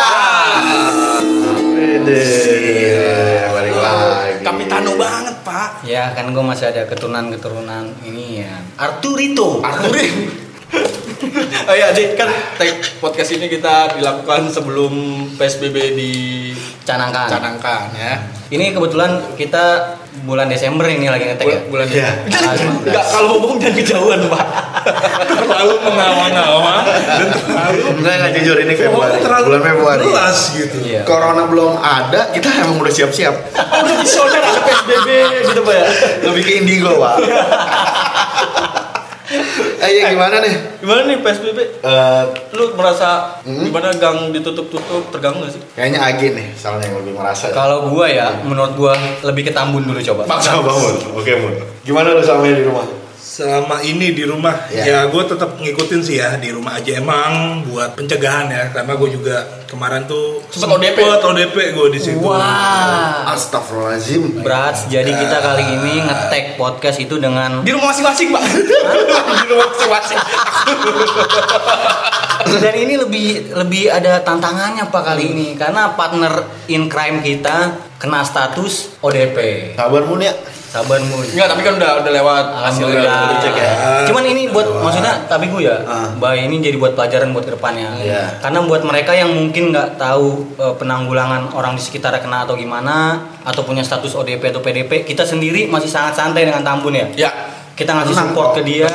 Iya. gue Ya, kan masih ada keturunan-keturunan ini ya. Arturito. Arturi. oh iya, Dik, kan tag podcast ini kita dilakukan sebelum PSBB di Canangkan. Canangkan Iya. ya. Ini kebetulan kita bulan Desember ini lagi ngetek ya. Bulan, bulan Iya. Tanggal 15. Enggak, kalau ngomong jangan kejauhan, Pak. terlalu mengawang-awang dan terlalu Enggak enggak jujur ini Ngomong Februari. terlalu Bulan Februari. jelas gitu Iya. Oh, Corona belum ada, kita emang udah siap-siap. Udah visioner Oh, ada PSBB gitu, Pak ya. Lebih ke indigo, Pak. eh, ya gimana nih? Gimana nih PSBB? Eh, Lu merasa Hmm? gimana gang ditutup-tutup terganggu gak sih? kayaknya Agin nih, soalnya yang lebih merasa. Kalau gua ya, menurut gua lebih ke Tambun dulu coba. Paksa bangun. Oke, Mun. Gimana lu sama di rumah? selama ini di rumah Iya. ya gue tetap ngikutin sih ya di rumah aja emang buat pencegahan ya karena gue juga kemarin tuh Sempet ODP. ODP gue di situ Wah. Astagfirullahaladzim. Berat. Jadi kita kali ini Iya. ngetek podcast itu dengan Di rumah masing-masing, Pak. di rumah masing-masing. dan ini lebih lebih ada tantangannya pak kali ini karena partner in crime kita kena status ODP. Kabar Mun ya? Sabar mun. Enggak, tapi kan udah udah lewat hasilnya udah dicek ya. Cuman ini buat maksudnya tapi gue ya, Ah. Mbak ini jadi buat pelajaran buat kedepannya. Iya. Karena buat mereka yang mungkin nggak tahu eh, penanggulangan orang di sekitar kena atau gimana, atau punya status ODP atau PDP, kita sendiri masih sangat santai dengan Tambun ya. Ya. Kita ngasih Iya. Tenang support kok. ke dia,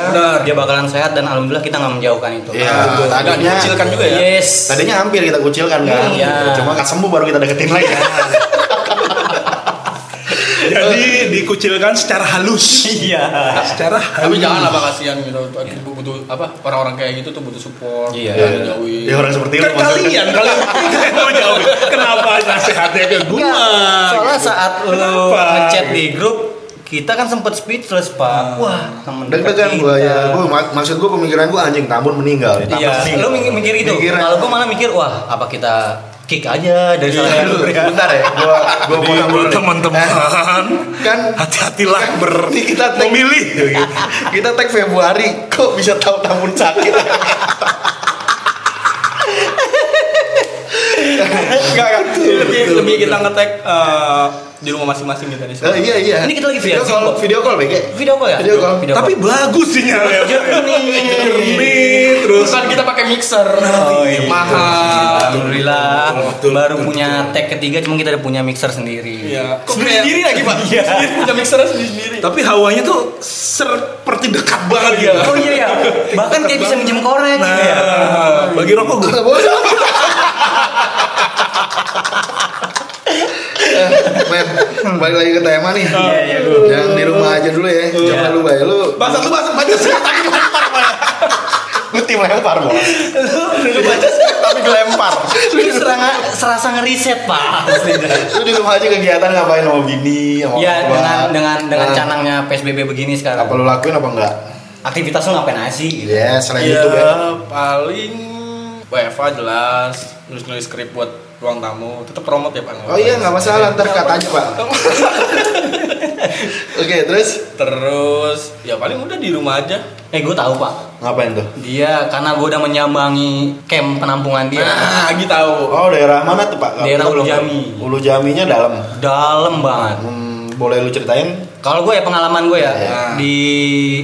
dia bakalan sehat dan alhamdulillah kita nggak menjauhkan itu. Ah. Iya, Enggak tadinya dikucilkan juga ya. Yes. Tadinya hampir kita kucilkan kan. Iya. Cuma nggak sembuh baru kita deketin lagi. jadi dikucilkan secara halus Iya. secara halus Tapi jangan lah Pak, kasihan gitu. Ibu butuh apa? Orang-orang kayak gitu tuh butuh support. Iya. jangan dijauhin. Ya orang seperti lu kan kalian kalian kalian mau jawab kenapa nasihatnya ke gue Enggak, soalnya saat lu Kenapa? ngechat di grup kita kan sempet speechless pak wah temen Ah. Deg-degan dekat gua kita. ya. Gua mak- maksud gua pemikiran gua anjing Tambun meninggal. Tambun iya meninggal. lu mikir, mikir gitu Mikiran. kalau gua malah mikir wah apa kita kick aja dari Iya. salah Bentar, satu Bentar ya, gua gua Jadi, potong dulu buat deh. teman-teman Kan hati-hatilah ber berarti kita tag, memilih kita tag Februari kok bisa tahu Tambun sakit. Enggak, enggak. Lebih lebih kita ngetek eh, di rumah masing-masing gitu di Eh, sini. iya iya. Ini kita lagi via video Zoom, call, kok. video call BG. video call ya Video call. tapi bagus sinyalnya Jernih. jernih terus Terus kan kita pakai mixer. Oh, iya. Mahal. Alhamdulillah Betul, baru betul, punya tag ketiga cuma kita udah punya mixer sendiri. Ya. Iya. Kok beli sendiri lagi, Pak? Iya. Punya mixer sendiri-sendiri. tapi hawanya tuh seperti dekat banget ya Oh iya ya. Bahkan kayak bisa minjem korek nah Iya. gitu ya. bagi rokok gue Nggak boleh. Eh, Men, balik lagi ke tema nih. Iya, iya, Jangan di rumah aja dulu ya. Coba lu bay lu. Bahasa lu bahasa baca sih. Lu tim lempar, Bos. Lu baca sih. Tapi dilempar. Ini seranga- serasa ngeriset pak. Asli dah. Lu di rumah aja kegiatan ngapain sama bini, sama Iya orang tua? dengan dengan dengan Nah, canangnya PSBB begini sekarang. apa lu lakuin apa enggak? Aktivitas lu ngapain aja sih? gitu? Ya, selain Iya, itu, Bay. paling WFA jelas, nulis-nulis skrip buat ruang tamu, tetap promote ya Pak. Oh iya, nggak masalah, ntar kata aja, Pak. Oke, terus Terus ya paling udah di rumah aja. Eh gue tahu pak. ngapain tuh? Dia karena gue udah menyambangi camp penampungan dia. Nah, lagi tahu. Oh, daerah mana tuh, Pak? Daerah Ulu Jami. Ulu Jaminya dalam. Dalam banget. Hmm, boleh lu ceritain? Kalau gue ya pengalaman gue ya Iya. di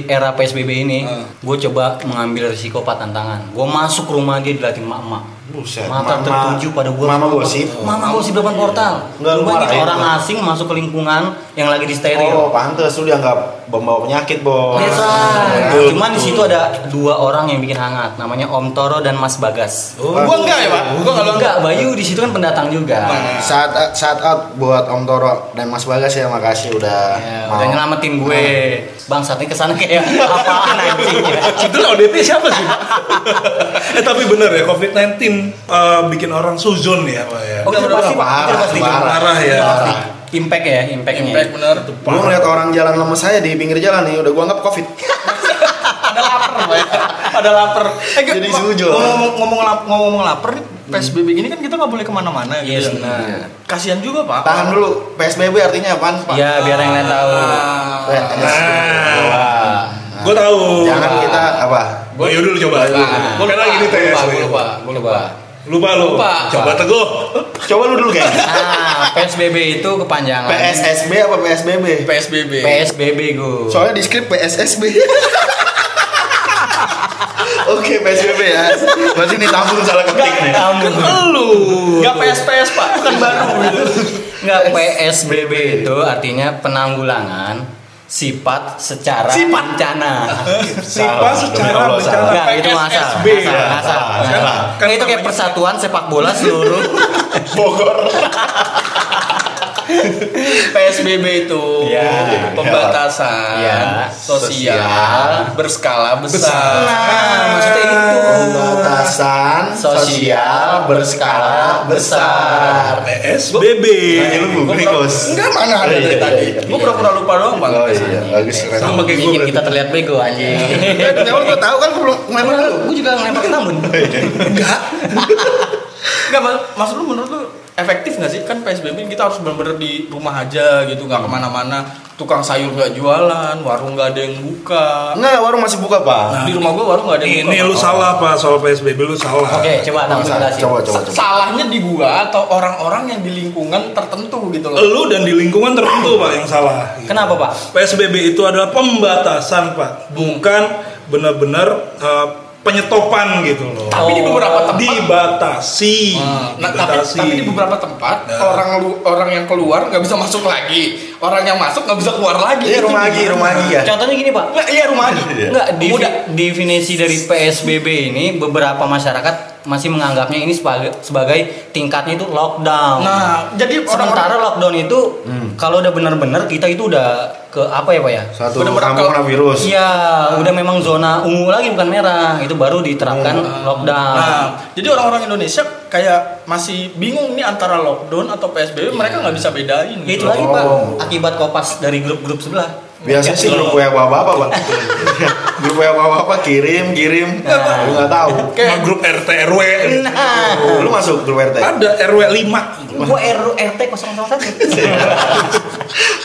era PSBB ini, Ah. gue coba mengambil risiko pak tantangan. Gue masuk ke rumah dia dilatih emak-emak. Buset, Mata mama- tertuju pada Oh. gue. mama gosip. Mama gosip depan portal. Enggak, lu Lu bayangin marahin orang lu. asing masuk ke lingkungan yang lagi di steril. Oh, pantes lu dianggap membawa penyakit, Bos. Iya, Desa. Oh. Betul, Cuman di betul. situ ada dua orang yang bikin hangat, namanya Om Toro dan Mas Bagas. Oh. Gua enggak ya, Pak? Gua kalau enggak enggak, Bayu di situ kan pendatang juga. Saat saat out buat Om Toro dan Mas Bagas ya makasih udah Ya, udah nyelamatin gue. Bang, saat Nah. ini kesana kayak apaan anjing ya. Sebetulnya ODP siapa sih? Pak? eh tapi bener ya COVID-19 eh, bikin orang suzon ya pak ya. Oke, Udah, udah, pasti udah, Pak. parah, Itu pasti. parah. Parah ya. Iya, Pasti. Impact ya, impactnya. impact bener. Gue ngeliat orang jalan lemes saya di pinggir jalan nih, udah gua anggap covid. Ada lapar, Pak. ya. Ada lapar. Eh, Jadi Pak, sujud. Ngomong ngomong lap- ngomong lapar nih, PSBB gini kan kita nggak boleh kemana-mana Yes, gitu. benar. Iya. Kasihan juga Pak. Tahan dulu, PSBB artinya apaan Pak? Iya, biar yang lain tahu. Eh, Ah. Nah, Wah. gue tahu. Jangan kita apa? Bayu dulu coba. Gua Karena lupa, ini gua tes. lupa, gua lupa, gua lupa. Lupa lu. Lupa. Coba teguh. Coba lu dulu guys. Nah, PSBB itu kepanjangan PSSB apa PSBB? PSBB. PSBB go. Soalnya di skrip PSSB. Oke, PSBB ya. Berarti ini tampung salah ketik nih. Lu. Enggak PSPS, Pak. Bukan baru gitu. Enggak PSBB itu artinya penanggulangan sifat secara Sifat. bencana. Siapa demi secara Allah, salah. bencana Enggak, itu ngasal. PSSB, Ngasal, ya? ngasal, Salah, ngasal. salah. Kan itu kayak persatuan sepak bola seluruh. PSBB itu Iya. pembatasan Iya. sosial, Sosial. berskala besar. Nah, maksudnya itu. Pembatasan Sosial berskala besar. PSBB. Tanya Iya, lu googling, Bos. Enggak mana ada dari Iya, tadi. iya, Gua pura-pura lupa doang, Bang. Oh iya, bagus keren. Sama kayak gua Bikin kita terlihat bego anjing. Eh, Kenapa lu tahu kan gua belum Iya. kemarin lu. Gue juga ngelempar ke Tambun. Enggak, Mas- maksud lu menurut lu efektif nggak sih kan PSBB kita harus bener-bener di rumah aja gitu nggak Hmm. kemana-mana tukang sayur nggak jualan warung nggak ada yang buka Enggak, warung masih buka, Pak. di rumah gua warung nggak ada yang buka Nah, Ini lu Pak. salah Pak soal PSBB lu salah. Oke, coba Tambun Coba, jelasin. coba, coba. Sa- salahnya di gua atau orang-orang yang di lingkungan tertentu gitu loh Lu dan di lingkungan tertentu Pak yang salah. Kenapa, Pak? PSBB itu adalah pembatasan Pak, bukan benar-benar eh, penyetopan gitu loh. tapi di beberapa tempat Dibatasi. Nah, nah, tapi, dibatasi. tapi di beberapa tempat Nah. orang lu, orang yang keluar nggak bisa masuk lagi orang yang masuk nggak bisa keluar lagi Iya, Itu rumah lagi, gimana? rumah lagi ya. Contohnya gini, Pak. Nggak, iya rumah lagi Iya. Enggak, defi- Mudah. definisi dari PSBB ini beberapa masyarakat masih menganggapnya ini sebagai, sebagai tingkatnya itu lockdown. nah jadi orang-orang sementara lockdown itu Hmm. kalau udah benar-benar kita itu udah ke apa ya, Pak ya? Satu Bener-bener kampung kalau- kena virus. Iya, udah memang zona ungu lagi bukan merah. Itu baru diterapkan Hmm. lockdown. Iya. Nah, jadi orang-orang Indonesia kayak masih bingung nih antara lockdown atau PSBB, mereka Iya. nggak bisa bedain. Ya, Gitu. itu lagi, Pak, Oh. akibat kopas dari grup-grup sebelah. Iya, Iya. Biasanya sih grup WA bapak pak Grup WA bapak kirim, kirim Iya, Nah. Lu gak tahu Sama grup RT RW. Nah, Lu masuk grup RT Ada RW 5. gua R- RT 001.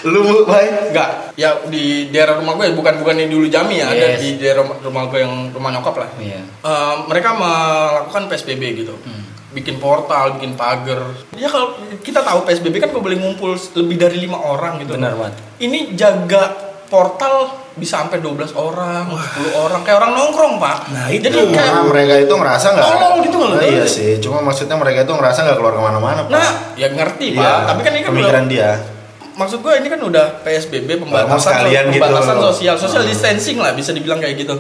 Lu Bu, baik Enggak, ya di daerah rumah gue bukan bukan yang dulu jami ya, ada Yes. di daerah rumah, rumah gue yang rumah nyokap lah. Iya. Hmm. Eh, mereka melakukan PSBB gitu. Bikin portal, bikin pagar. Ya kalau kita tahu PSBB kan boleh ngumpul lebih dari lima orang gitu. Benar, Mat. Ini jaga portal bisa sampai 12 orang, 10 orang kayak orang nongkrong, Pak. Nah, itu. Jadi kayak Nah, mereka itu ngerasa nggak Tolol kan gitu loh. Nah, iya sih cuma maksudnya mereka itu ngerasa nggak keluar kemana-mana pak Nah, ya ngerti Iya, pak. Tapi kan ini kan pemikiran udah- dia maksud gue ini kan udah PSBB Ngomong pembatasan sekalian gitu. Nah. pembatasan sosial, social distancing lah bisa dibilang kayak gitu.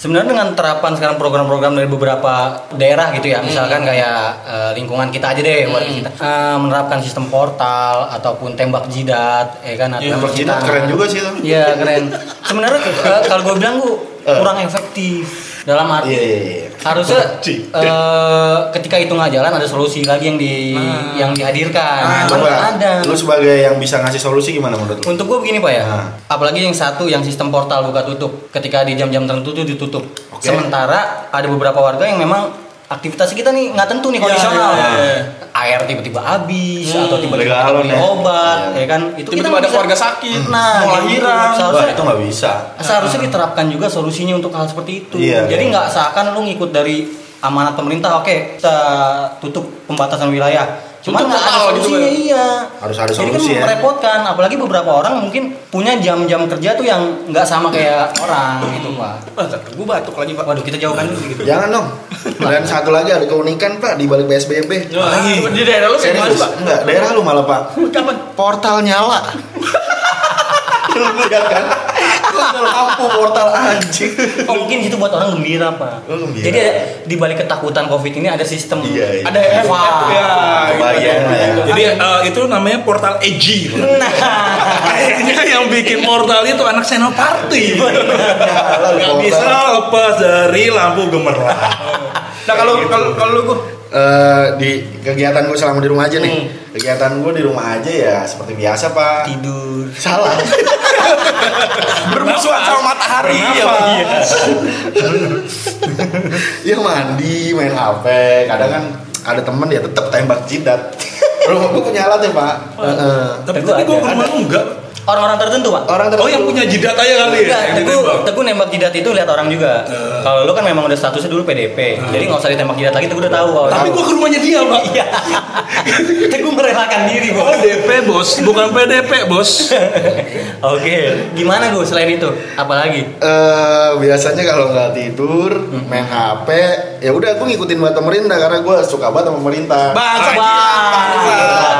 Sebenarnya dengan terapan sekarang program-program dari beberapa daerah gitu ya, misalkan Hmm. kayak eh, lingkungan kita aja deh, warga kita Eh, menerapkan sistem portal ataupun tembak jidat, ya kan? atau Iya, Tembak cuci jidat tangan. keren juga sih itu Iya keren. Sebenarnya eh, kalau gue bilang gue kurang efektif dalam Eh. arti iya iya iya harusnya Jidat. eh, ketika itu nggak jalan ada solusi lagi yang di Ah. yang dihadirkan. Ah, Cuman coba nggak ada. lu sebagai yang bisa ngasih solusi gimana menurut lu Untuk gue begini pak ya, Nah. apalagi yang satu yang sistem portal buka tutup, ketika di jam-jam tertentu itu ditutup. Oke. Sementara ada beberapa warga yang memang aktivitas kita nih nggak tentu nih Iya, kondisional. iya, iya. Air tiba-tiba habis Hmm. atau tiba-tiba Beli kita galon beli ya. obat, ya kan? Itu kita Tiba-tiba nggak ada bisa- keluarga sakit, Nah, mau gitu. lahiran. Salah. Wah harusnya- itu nggak bisa Seharusnya diterapkan juga solusinya untuk hal seperti itu. Iya, Jadi iya. nggak seakan lu ngikut dari amanat pemerintah, oke kita tutup pembatasan wilayah. Cuma Tutup nggak ada total gitu solusinya, ya. iya. Harus ada Jadi solusi, kan ya. merepotkan, apalagi beberapa orang mungkin punya jam-jam kerja tuh yang nggak sama kayak orang gitu pak. Wah, gue batuk lagi pak. Waduh kita jauhkan dulu gitu. jangan dong dan satu lagi ada keunikan pak di balik PSBB Wah, Nah, Di daerah lu kayak gimana serius pak? enggak daerah lu malah pak Kapan? portal nyala lu lihat kan Lu lampu portal anjing Oh, mungkin itu buat orang gembira pak. Oh, gembira. Jadi ada- di balik ketakutan covid ini ada sistem. Iya, iya. Ada wah. Ya, kebayang lah ya. Jadi eh, itu namanya portal EG. Pak. Nah. Kayaknya yang bikin portal itu anak senoparti. nyala lu Gak Iya. bisa portal lepas dari lampu gemerlap. Nah kalau kalau kalau lu gue Eh, di kegiatan gue selama di rumah aja nih kegiatan gue di rumah aja ya seperti biasa pak Tidur. salah bermusuhan sama matahari ya. Pak. ya mandi main hp kadang kan ada temen ya tetap tembak jidat rumah gue punya alatnya pak Heeh. Tapi Tapi tadi ada- gue ke rumah lu enggak. Orang-orang tertentu, Pak. Orang tertentu. Oh yang punya jidat aja kali ya? Enggak, yang Nah. teguh, ditembak? teguh nembak jidat itu lihat orang juga. Kalau lu kan memang udah statusnya dulu PDP, jadi nggak usah ditembak jidat lagi. Teguh udah tahu. Kalau Nah. Tapi gua ke rumahnya dia pak. iya, teguh merelakan diri, Oh bos. DP bos, bukan PDP bos. Oke, gimana gue selain itu? Apalagi? Eh, biasanya kalau nggak tidur main HP ya udah aku ngikutin buat pemerintah karena gue suka banget sama pemerintah Bangsa Bangsat.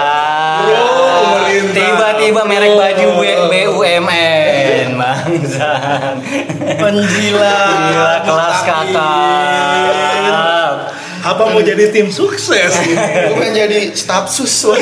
Bro, pemerintah. Iya. Tiba-tiba merek baju B- BUMN, bangsan. Penjila. Gila, Iya, kelas kata. Iya. Apa mau jadi tim sukses? ini? gue pengen jadi staf sus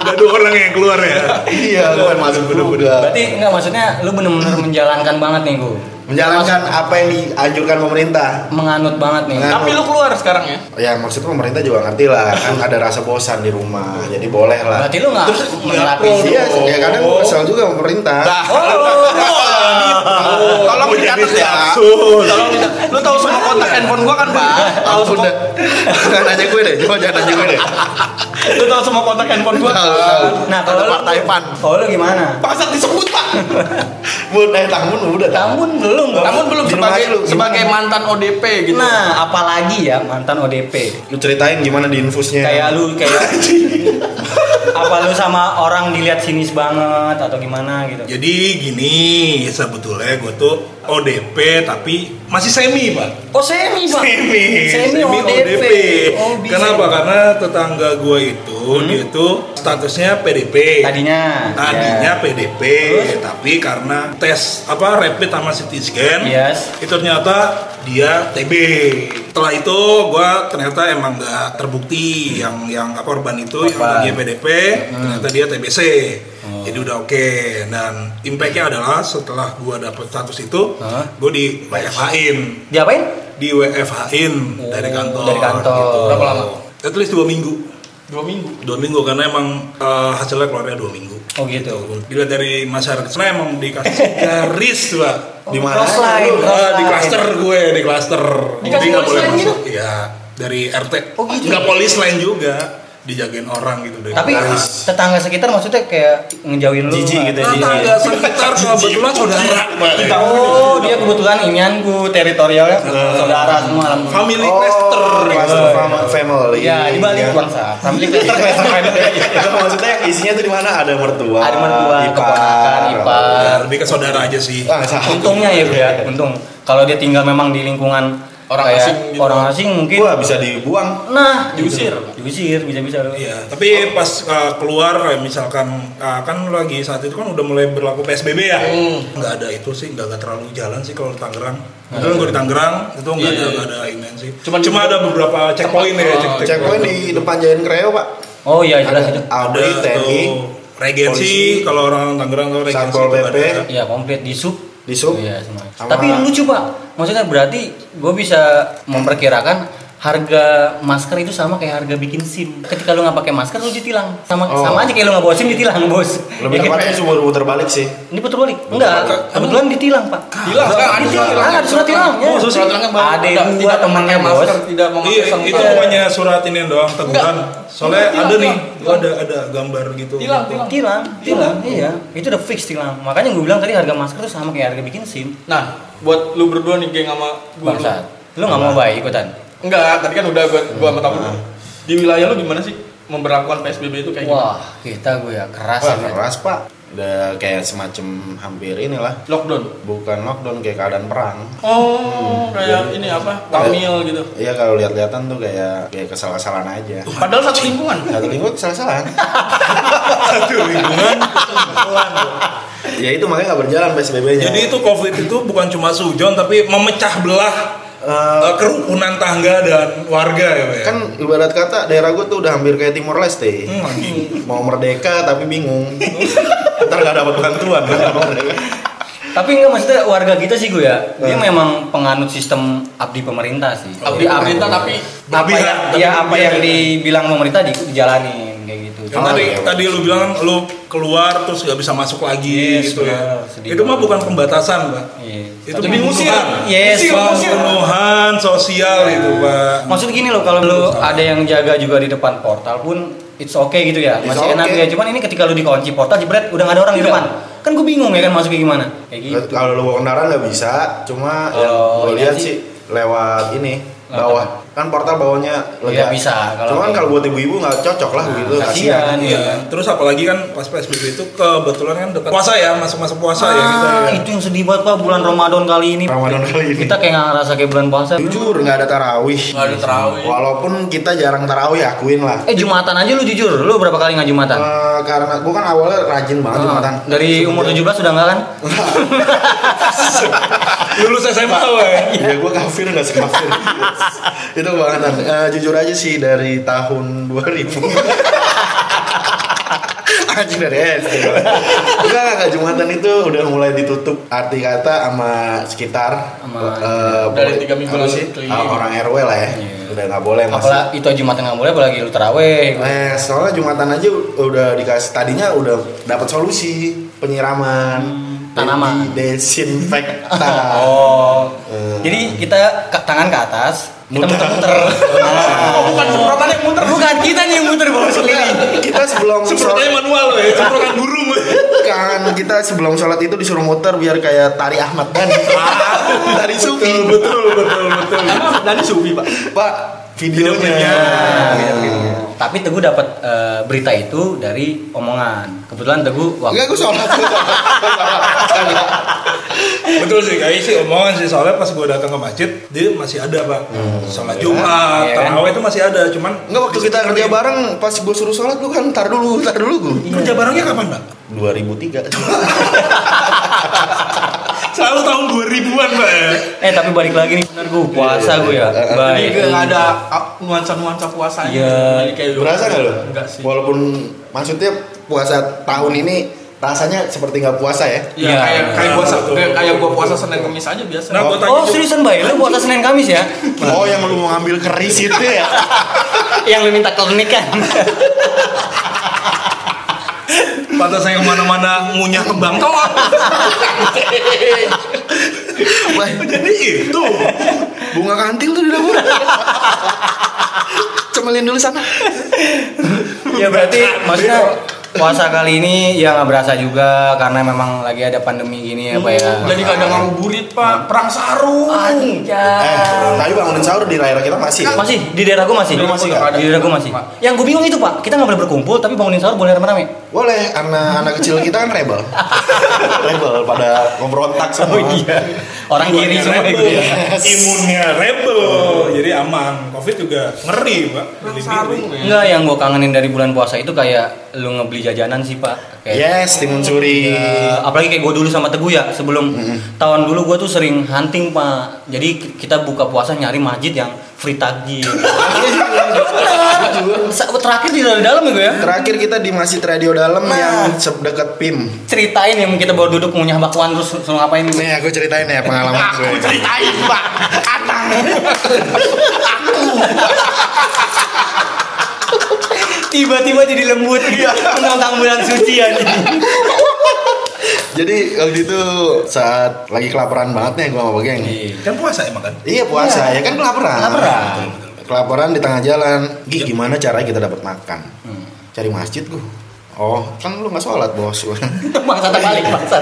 Udah dua orang yang keluar ya. iya gue pengen masuk juga Berarti enggak maksudnya lu bener-bener menjalankan banget nih, gue. menjalankan apa yang dianjurkan pemerintah Menganut banget nih. Nah. Menganut. Tapi lu keluar sekarang ya? ya maksud pemerintah juga ngerti lah kan ada rasa bosan di rumah jadi boleh lah Berarti lu nggak Terus menerapin ngapain? iya ya kadang gue kesel juga sama pemerintah Oh. Tolong Mau Oh, jadi dicatat ya. stafsus. Tolong dicatat. Lu tahu semua kontak handphone gua kan, Pak? Tahu Ampun semua. dah. Jangan nanya gue deh, coba jangan nanya gue deh. Lu tahu semua kontak handphone gua. Tahu, tahu. Nah, kalau Ada lu, partai pan. kalau lu gimana? Bangsat disebut, Pak. Mun eh Tangmun udah Tang. Tambun belum, Bang. Namun belum Di rumah sebagai aja lu, gimana? sebagai mantan ODP gitu. Nah, apalagi ya mantan ODP. Lu ceritain gimana di Iya. infusnya. Kayak lu kayak apa lu sama orang dilihat sinis banget atau gimana Iya. gitu. Jadi gini sebetulnya gue tuh ODP tapi masih semi pak. Oh, semi, Bang. Semi, Semi ODP. Oh, bisa. Kenapa? Karena tetangga gue itu dia itu statusnya PDP. Tadinya. Tadinya Ya. PDP, Terus? tapi karena tes apa rapid sama CT scan, Yes. itu ternyata dia TB. Setelah itu gua ternyata emang nggak terbukti yang yang apa, korban itu Hmm. Korban. Hmm. Oh. yang dia PDP, ternyata dia TBC. Jadi udah oke. Dan impactnya adalah setelah gua dapet status itu, Hah? gua di WFH-in, Diapain? di WFH-in dari kantor. Oh, gitu. dari kantor. Berapa lama? At least dua minggu. Dua minggu. Dua minggu karena emang eh, hasilnya keluarnya dua minggu. Oh gitu. Dilihat dari masyarakat sana emang dikasih garis pak Di mana? Oh, Cross line, lu? cross Ah, di line. klaster gue di klaster Dikasih Jadi nggak polis lain gitu? iya dari RT Oh, gitu. nggak polis lain juga dijagain orang gitu dari Tapi nah, tetangga sekitar maksudnya kayak ngejauhin lu. Jijik nggak? gitu ya, jijik. tetangga sekitar kebetulan saudara Pak. Oh, dia kebetulan inianku teritorialnya Eh, saudara semua. family gitu. Oh, cluster cluster fam- family. Iya, di Bali kan? bangsa. Family cluster cluster family. Enggak, maksudnya isinya tuh di mana ada mertua, Ada mertua, keponakan, ipar. Nah, lebih ke saudara aja sih Ah, nggak salah. Untungnya ya, Bro, ya. Untung kalau dia tinggal memang di lingkungan Orang kayak asing gitu. orang asing mungkin Gua bisa dibuang. nah Diusir. gitu. diusir bisa-bisa lu. Iya, tapi pas uh, keluar kayak misalkan uh, kan lagi saat itu kan udah mulai berlaku PSBB ya. Hmm. Nggak ada itu sih, nggak nggak terlalu jalan sih kalau di Tangerang. Kebetulan gue di Tangerang itu nggak ada Iya, iya. nggak ada inian sih. Cuman Cuma di- ada beberapa checkpoint ya. Oh, check- Checkpoint di depan Jalan Kreo, Pak. Oh iya jelas itu. Ada Audi, TNI, tuh regensi polisi, kalau orang Tangerang tuh regensi Satpol itu PP. ada. Iya komplit di sub. di sub. Iya semua. Gitu. Sama- Tapi lucu pak, maksudnya berarti gue bisa memperkirakan harga masker itu sama kayak harga bikin sim. Ketika lu nggak pakai masker lu ditilang. Sama Oh. sama aja kayak lu nggak bawa sim ditilang bos. Lebih Ya kan? tepatnya cuma muter balik sih. Ini putar balik? Enggak, kebetulan ditilang pak. Hilang sekarang ada Ditilang, ada, surat tilangnya. Oh, surat tilangnya baru. Ada Tidak- dua tidak temannya memakai bos. masker, tidak memakai Iya, sarung itu tangan. bukannya surat ini doang teguran. Soalnya Tilang, ada tilang, nih, tilang. ada ada gambar gitu. Tilang, tilang. Tilang, tilang, iya. Itu udah fix tilang. Makanya gue bilang tadi harga masker tuh sama kayak harga bikin sim. Nah, buat lu berdua nih geng sama gua. lu. Bangsat. Lu nggak mau baik ikutan? Enggak, tadi kan udah gua gua sama tamu. Ah. Di wilayah lu gimana sih memberlakukan PSBB itu kayak gimana? Wah, kita gue ya keras Wah, ya. Fred. keras, Pak. Udah kayak semacam hampir inilah. Lockdown. Bukan lockdown kayak keadaan perang. Oh, Iya. kayak ini apa? Tamil gitu. Iya kalau lihat-lihatan tuh kayak kayak kesalahan aja. Padahal satu lingkungan. Satu minggu kesalahan. Satu lingkungan. ya itu makanya nggak berjalan PSBB-nya. Jadi itu COVID itu bukan cuma sujon tapi memecah belah Eh, Eh, kerukunan tangga dan warga ya Pak, ya? kan ibarat kata daerah gue tuh udah hampir kayak Timor Leste. Hmm, anjing. Mau merdeka tapi bingung. Ntar nggak dapat bantuan. nggak mau merdeka. Tapi enggak maksudnya warga kita sih gue ya. Dia Nah. memang penganut sistem abdi pemerintah sih. Abdi Dia pemerintah tapi apa Berlebihan, yang tapi ya apa yang berlebihan. dibilang pemerintah di, dijalanin kayak gitu. Yang Oh, tadi iya, Pak. tadi lu bilang lu keluar terus nggak bisa masuk lagi Iya, Yes, gitu ya benar. Sedih itu mah banget. bukan pembatasan pak Iya. itu Tapi diusir. pembunuhan Iya, Yes, Usir, Bang. usir. pembunuhan sosial itu pak Maksud gini loh kalau lu ada yang jaga juga di depan portal pun it's okay gitu ya It's masih enak okay. ya cuman ini ketika lu dikunci portal jebret udah gak ada orang di Tidak. depan kan gue bingung ya kan masuknya gimana kayak gitu Kalau lu bawa kendaraan nggak bisa, cuma Kalau yang gue ini lihat sih- sih lewat ini Lewat bawah kan portal bawahnya lega. Iya, bisa, kalau Cuman kayak- gitu. Nah, kalau buat ibu-ibu nggak cocok lah gitu. kasihan Kasihan. ya kan? Iya. Terus apalagi kan pas PSBB itu kebetulan kan dekat puasa ya, masuk-masuk puasa ya gitu. Ah, ya. itu yang sedih banget pak bulan Ramadan kali ini Ramadan kali ini. kita kayak nggak ngerasa kayak bulan puasa Jujur nggak ada tarawih. Nggak ada terawih. Walaupun kita jarang tarawih akuin lah. eh jumatan aja lu jujur lu berapa kali nggak jumatan Eh, karena gue kan awalnya rajin banget Ah, jumatan. dari umur 17 sudah nggak kan Lulus SMA weh. Ya gue kafir nggak sekafir. itu banget. Eh, jujur aja sih dari tahun 2000. Anjing dari SD. gua. Enggak, enggak, enggak. Jumatan itu udah mulai ditutup arti kata sama sekitar Sama- eh, Dari boleh- tiga minggu apa lalu sih? keliling. Iya. Eh, orang RW lah ya. Udah nggak boleh masuk. apalagi itu aja jumatan nggak boleh apalagi lu teraweh Eh, soalnya Jumatan aja udah dikasih tadinya udah dapat solusi penyiraman Hmm, tanaman. jadi desinfektan. oh Eh, jadi kita ke- tangan ke atas kita Muter. muter-muter Ah. Oh, bukan semprotan yang muter. bukan kita nih yang muter di bawah sekeliling kita sebelum Semprotnya manual weh, semprotan burung weh. kan kita sebelum sholat itu disuruh muter biar kayak tari Ahmad kan. Dhani. tari Sufi. Betul, betul, betul. Emang Dhani sufi pak. Pak videonya. Iya, Videonya. Video klipnya. Nah, tapi Teguh dapat eh, berita itu dari omongan kebetulan Teguh Enggak waktu gue sholat. gua sholat. Betul sih, kayak sih omongan sih soalnya pas gue datang ke masjid dia masih ada pak. Sholat Jumat, Iya kan? taraweh itu masih ada, cuman Enggak waktu kita kerja bareng pas gue suruh sholat lu kan tar dulu, tar dulu gue. kerja barengnya kapan pak? 2003. Selalu tahun 2000-an pak. ya. eh tapi balik lagi nih bener gue puasa gue ya Iya. Jadi baik nggak ada ah, nuansa-nuansa puasanya. Iya. Jadi kayak- Berasa nggak lo? Enggak sih. Walaupun maksudnya puasa tahun ini rasanya seperti nggak puasa ya. Iya, Iya. kayak kayak Iya, puasa betul. kayak kayak gua puasa Senin Kamis aja biasa. Nah, gua tanya Oh juga- seriusan bay, lu puasa Senin Kamis ya? Oh yang lu mau ngambil keris itu ya? Yang lu minta klinik kan? Pantas saya kemana-mana ngunyah kembang tolong. Oh, Jadi itu. Bunga kantil tuh di dapur. Cemelin dulu sana. ya berarti maksudnya puasa kali ini ya nggak berasa juga karena memang lagi ada pandemi gini ya pak ya. Iya. Jadi kadang ngabuburit pak, Nah. perang sarung. Eh, tapi bangunin sahur di daerah kita masih. ya? Masih di daerah gua masih. Di daerah gua Masih, nggak ada. Di daerah gua masih. Pak. Yang gue bingung itu pak, kita nggak boleh berkumpul tapi bangunin sahur boleh rame-rame. Boleh, anak-anak kecil kita kan rebel. rebel pada ngombrontak semua. iya. Orang kiri semua gitu Rebel. ya. Imunnya rebel. Jadi aman. Covid juga ngeri, Pak. Perang Beli-beli. sarung ya. Enggak, yang gue kangenin dari bulan puasa itu kayak lu ngebeli jajanan sih pak. Iya, Kayak Yes, timun suri. Eh, apalagi kayak gue dulu sama Teguh ya sebelum tahun dulu gue tuh sering hunting pak jadi ki- kita buka puasa nyari masjid yang free takjil Bener. Sa- terakhir di dalam ya gue ya Terakhir kita di Masjid Radio Dalam yang se- deket PIM. ceritain yang kita baru duduk ngunyah bakwan terus suruh ngapain gitu. nih Nih aku ceritain ya pengalaman gue. Ceritain pak, Anang. tiba-tiba jadi lembut gitu. tentang bulan suci ya Jadi waktu itu saat lagi kelaparan banget nih gue sama geng. Kan puasa emang kan? Iya puasa ya kan kelaparan. Kelaparan. Kelaparan di tengah jalan. Gi gimana caranya kita dapat makan? Cari masjid gue. Oh kan lu nggak sholat bos. bangsa terbalik bangsa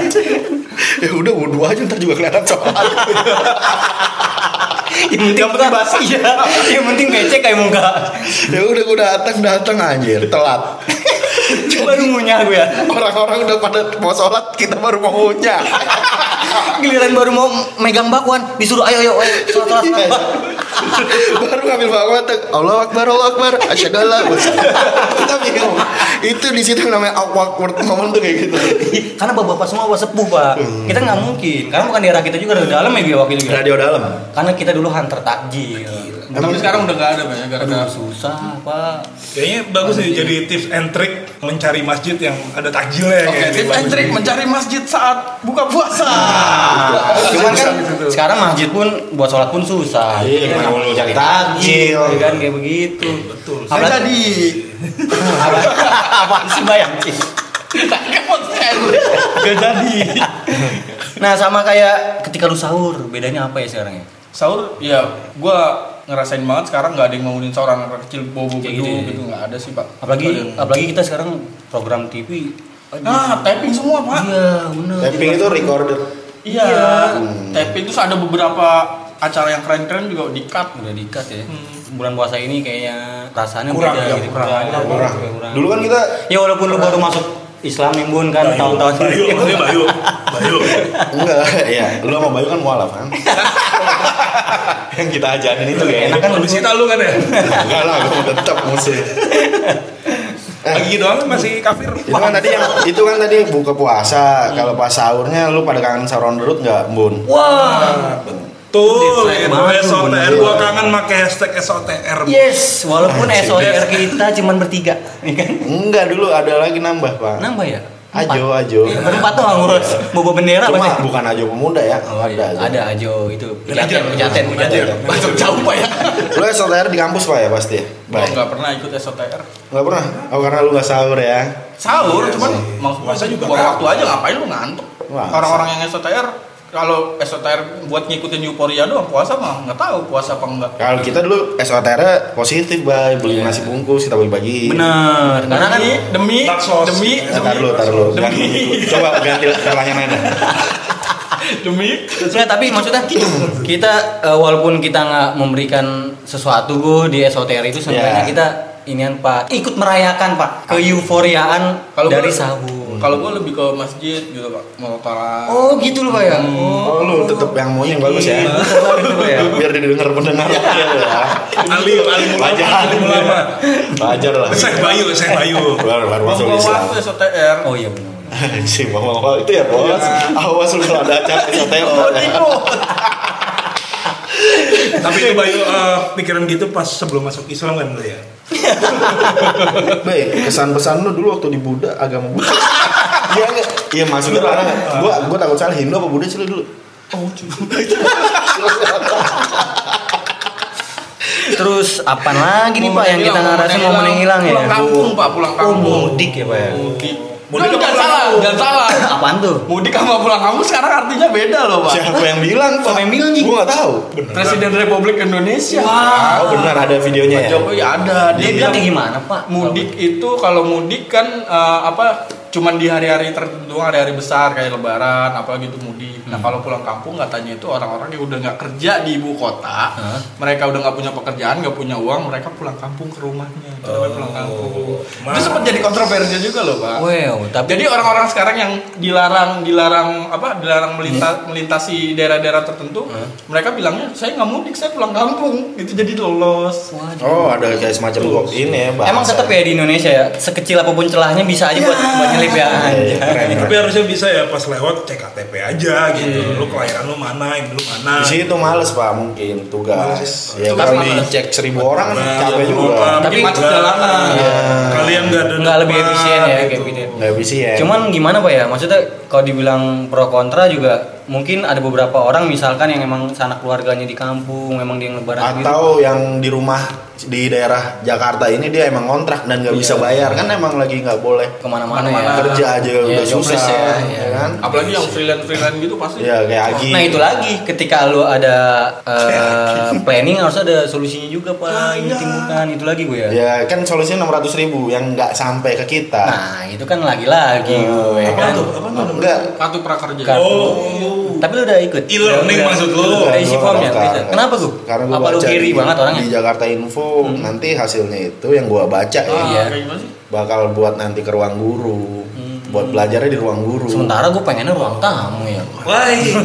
ya udah wudhu aja ntar juga kelihatan sholat. yang penting kita basah ya yang penting becek kayak muka ya udah gue datang datang anjir telat. baru ngunyah gue ya Orang-orang udah pada mau sholat kita baru mau ngunyah. giliran baru mau megang bakwan disuruh ayo ayo ayo sholat sholat, sholat baru ngambil bakwan tuh Allah Akbar Allah Akbar asyhadu an la ilaha illallah. kita bingung itu di situ namanya awkward moment tuh kayak gitu Iya, karena bapak-bapak semua bawa sepuh pak kita nggak mungkin karena bukan daerah kita juga daerah dalam ya gue waktu itu ya. radio dalam karena kita dulu hunter takjil Tapi sekarang udah nggak ada banyak gara-gara. Aduh, susah pak Kayaknya bagus nih jadi tips and trick mencari masjid yang ada Oke, takjilnya kayak tips and bagus trick nih. mencari masjid saat buka puasa. Nah. cuman kan sekarang masjid pun buat sholat pun susah Iya, gimana mau lu cari takjil. Iya kan kayak begitu betul Saya apa jadi apa sih ya? bayangin gak jadi nah sama kayak ketika lu sahur bedanya apa ya sekarang ya sahur ya gua ngerasain banget sekarang nggak ada yang bangunin seorang anak kecil bobo Kayak gitu gitu ya. gitu nggak ada sih pak apalagi Nggak ada yang- apalagi kita sekarang program TV nah tapping semua pak iya bener Tapping itu recorded. iya tapping terus ada beberapa acara yang keren-keren juga Hmm. di cut udah dikat ya bulan puasa ini kayaknya rasanya Kurang, beda ya, gitu kurang. kurang, Orang. kurang. Dulu kan kita ya walaupun lu baru masuk Islam nih bun kan Bayu, tahun-tahun Bayu, maksudnya Bayu, Bayu. enggak ya, lu sama Bayu kan mualaf kan. yang kita ajarin itu ya. Enak kan Lebih sita lu kan ya? Enggak lah, gue tetap musik. Lagi doang masih kafir. Itu kan tadi yang itu kan tadi buka puasa. Kalau pas sahurnya lu pada kangen sauron derut nggak, Bun? wah Tuh, Desain itu banget tuh, SOTR. bener. Gua kangen pakai hashtag SOTR. yes walaupun Anjing. SOTR kita cuman bertiga nih kan Enggak dulu ada lagi nambah, Pak. nambah ya Empat. Iya, Ajo, Ajo. berempat tuh ngurus bawa bendera Cuma pasti bukan Ajo pemuda ya, Oh, ada iya. Ajo. ada ajo itu Manajer, pejaten pejaten manajer. pejaten masuk jauh pak ya Lu SOTR di kampus Pak ya pasti? Gua Baik. nggak pernah ikut SOTR Enggak pernah. Oh, karena lu enggak sahur ya. sahur Iya cuman sih. Puasa maksudnya juga juga buang kan. waktu aja ngapain lu ngantuk Puasa. orang-orang yang SOTR kalau SOTR buat ngikutin euforia doang puasa mah nggak tahu puasa apa enggak Kalau kita dulu SOTR positif, Bay. Beli Iya. nasi bungkus, kita bagi-bagi. bener karena kan demi demi Baksos. demi Nah, tar lu, tar lu. Ganti. Demi. Coba ganti pertanyaan lain. dah. demi Nggak, tapi maksudnya kita eh, walaupun kita nggak memberikan sesuatu gue di SOTR itu sebenarnya Ya. kita inian pak ikut merayakan pak keeuforiaan Kalau dari gua- sahur. kalau gua lebih ke masjid gitu pak mau tarawih Oh gitu loh pak ya. Oh, lu tetap yang maunya yang bagus ya. Biar didengar pendengar. Iya, ya. Alim, alim ulama, Wajar. alim ulama. Wajar lah. Saya Bayu, saya Bayu. Baru baru Buang masuk Islam. waktu SOTR Oh iya benar. Si mama mama itu ya bos. Awas lu kalau ada acara SOTR. Oh, gitu Tapi itu Bayu eh, pikiran gitu pas sebelum masuk Islam kan lu ya. Baik, kesan pesan lu dulu waktu di Buddha agama Buddha. Iya enggak? Iya maksudnya Buddha. parah. nggak? Gua gua takut salah Hindu apa Buddha sih lu dulu? Terus apa lagi nih pak yang kita ngarasin momen yang hilang ya? Pulang kampung pak, pulang kampung. mudik ya, Pak, ya? Mudik. Mudik Mudik jangan apa pulang salah, kampung? jangan salah. Apaan tuh? Mudik sama pulang kampung sekarang artinya beda loh pak. Siapa yang bilang? Siapa yang bilang, Ji? Gua enggak tahu. Presiden Republik Indonesia. Oh, benar ada videonya Pak ya. Jokowi ada. Dia bilang kayak gimana pak? Iya. mudik itu kalau mudik kan eh, apa? Cuman di hari-hari tertentu, hari-hari besar kayak Lebaran, apa gitu mudik. Nah kalau pulang kampung katanya itu orang-orang yang udah nggak kerja di ibu kota, Hah? mereka udah nggak punya pekerjaan, nggak punya uang, mereka pulang kampung ke rumahnya. Itu namanya pulang kampung. Ma- Itu sempat jadi kontroversial juga loh pak. Wow, tapi Jadi orang-orang sekarang yang dilarang dilarang apa dilarang melintas melintasi daerah-daerah tertentu, mereka bilangnya saya nggak mudik, saya pulang kampung. Itu jadi lolos. Waduh. Oh, ada kayak semacam kok ini ya, bahasa. Emang tetap ya di Indonesia ya, sekecil apapun celahnya bisa aja buat buat nyelip ya. Iya, keren, Tapi keren. harusnya bisa ya pas lewat cek KTP aja gitu. Lu kelahiran lu mana, ini lu mana. Di Ah. situ males Pak mungkin tugas. Males Ya ya. Tugas kalau males. dicek seribu orang kan Nah, capek lu juga. apa, Tapi mungkin macet nggak- jalanan. Iya. Iya. Kalian nggak ada Nggak lebih tempat, efisien ya kayak gitu. gitu. Enggak bisa ya. Cuman gimana pak ya, maksudnya kalau dibilang pro kontra juga mungkin ada beberapa orang misalkan yang emang sanak keluarganya di kampung, emang dia yang lebaran gitu. atau yang di rumah di daerah Jakarta ini dia emang kontrak dan nggak Iya. bisa bayar kan emang lagi nggak boleh kemana-mana ya. Kemana-mana. kerja aja Iya, udah jobless susah ya, ya, iya. kan Apalagi yang freelance-freelance gitu pasti. ya kayak Agi Nah itu lagi, ketika lu ada eh, planning harus ada solusinya juga pak, ini timbulkan itu lagi gue ya. ya kan solusinya enam ratus ribu yang nggak sampai ke kita Ya Nah itu kan lagi-lagi gue Apa kan. tuh? Apa tuh? enggak Kartu prakerja. Kartu. Oh. Tapi lu udah ikut? Ya E-learning maksud lu? Udah isi formnya? Oh, Bisa. Kenapa gue? Karena gua Apa lu baca kiri di- banget orangnya? Hmm. Di Jakarta Info nanti hasilnya itu yang gua baca ya. Ah, Iya. kayak gimana sih? Bakal buat nanti ke ruang guru. Buat belajarnya di ruang guru. Sementara gue pengennya ruang tamu ya. Wah, iya.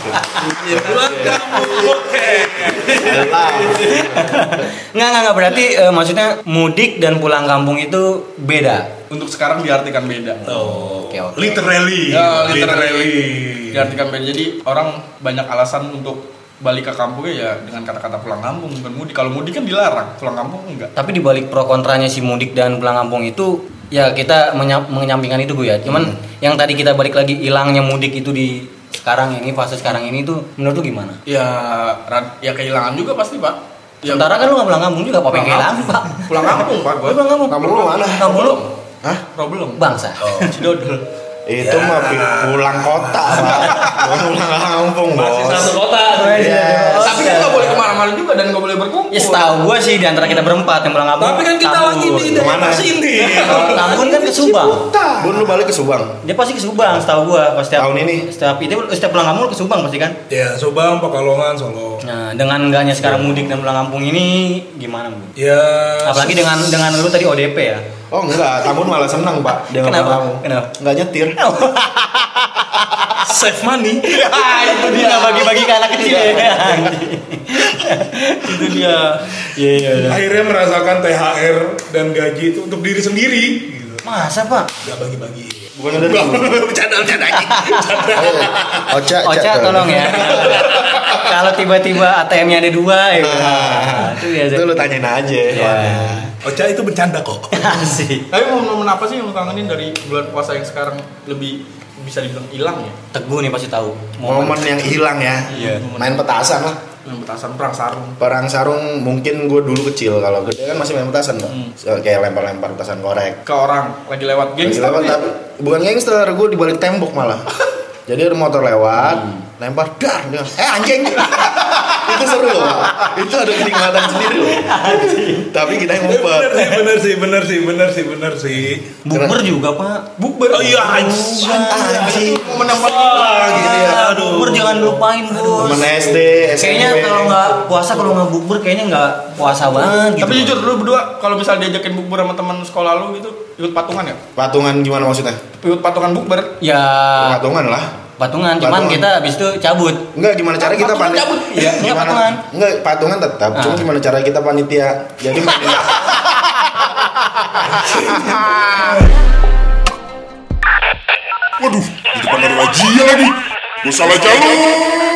pulang kamu. Oke. Alah. Nggak, nggak, nggak. Berarti eh, maksudnya mudik dan pulang kampung itu beda. Untuk sekarang diartikan beda. Oh, Oke, oke. literally, Ya, literally. Diartikan beda. Jadi orang banyak alasan untuk balik ke kampungnya ya dengan kata-kata pulang kampung bukan mudik. Kalau mudik kan dilarang, pulang kampung enggak. Tapi dibalik pro kontranya si mudik dan pulang kampung itu, ya kita menya- menyampingkan itu gue ya. Hmm. Cuman yang tadi kita balik lagi hilangnya mudik itu di sekarang ini fase sekarang ini tuh menurut lu gimana? Ya rad- ya kehilangan juga pasti, Pak. Ya, Sementara kan lu nggak pulang kampung juga, apa yang Pulang kehilangan pak? pulang kampung, Pak. Gua Lu pulang kampung. Kamu lu mana? Kamu lu Hah? problem. bangsa. Oh. Cidodol. Itu Ya. mah pi- pulang kota, Pak. Bukan pulang kampung, Bos. Masih satu kota. Iya. Tapi kan nggak boleh kemana-mana juga dan nggak boleh berkumpul. Ya setahu gua sih di antara kita berempat yang pulang kampung. Tapi kan kita Tambun. lagi di Kemana? daerah sini. Kalau Tambun kan ke Subang. Bun lu balik ke Subang. Dia pasti ke Subang setahu gua pas setiap Tahun ini? Setiap itu setiap pulang kampung lu ke Subang pasti kan. Ya, Subang, Pekalongan, Solo. Nah, dengan enggaknya sekarang mudik dan pulang kampung ini gimana, Bu? Ya. Apalagi dengan dengan lu tadi ODP ya. Oh enggak, Tambun malah senang pak. Dengan Kenapa? kamu. Kenapa? Enggak nyetir. save money. Ah, itu dia bagi-bagi ke anak kecil ya. itu dia. Iya, iya. iya. Akhirnya merasakan THR dan gaji itu untuk diri sendiri. Gitu. Masa, Pak? Gak bagi-bagi. Bukan ada dulu. Bercanda, bercanda. Oca, Oca tolong ya. Kalau tiba-tiba ATM-nya ada dua ya. Nah, itu ya. Ah. Itu lu tanyain aja. Ya. Ocha itu bercanda kok. Asik. Tapi momen-momen apa sih yang lu kangenin dari bulan puasa yang sekarang lebih bisa dibilang hilang ya? Teguh nih pasti tahu. Momen yang hilang ya. Iya. Main petasan lah. Yang betasan perang sarung. Perang sarung mungkin gue dulu kecil kalau gede kan masih main petasan Hmm. Pak. So, kayak lempar-lempar petasan korek. Ke orang lagi lewat geng ya? Lagi ya? lewat, tapi bukan gangster, gue di balik tembok malah. Jadi ada motor lewat, Hmm. lempar dar, dia, eh anjing. itu seru loh, Pak. itu ada kenikmatan sendiri loh. tapi kita yang ngumpet. bener sih, bener Eh, sih, bener sih, bener sih, bener sih. Bukber juga, Pak. bukber. Oh iya, anjing. Anjing. momen yang paling Ah, gitu ya. Aduh. Bukber jangan lupain, Bos. Temen SD, SMP. Kayaknya kalau nggak puasa kalau nggak bukber kayaknya nggak puasa banget gitu. Tapi jujur lu berdua kalau misal diajakin bukber sama teman sekolah lu gitu ikut patungan ya? Patungan gimana maksudnya? Ikut patungan bukber. ya Patungan lah. patungan, cuman Patungan. kita habis itu cabut. Enggak gimana cara kita Patungan panitia? cabut. Iya, iya, Gimana- patungan. Enggak patungan tetap. Cuma Ah. gimana cara kita panitia? Jadi panitia. Waduh, di depan ada razia lagi. Gue salah jalur.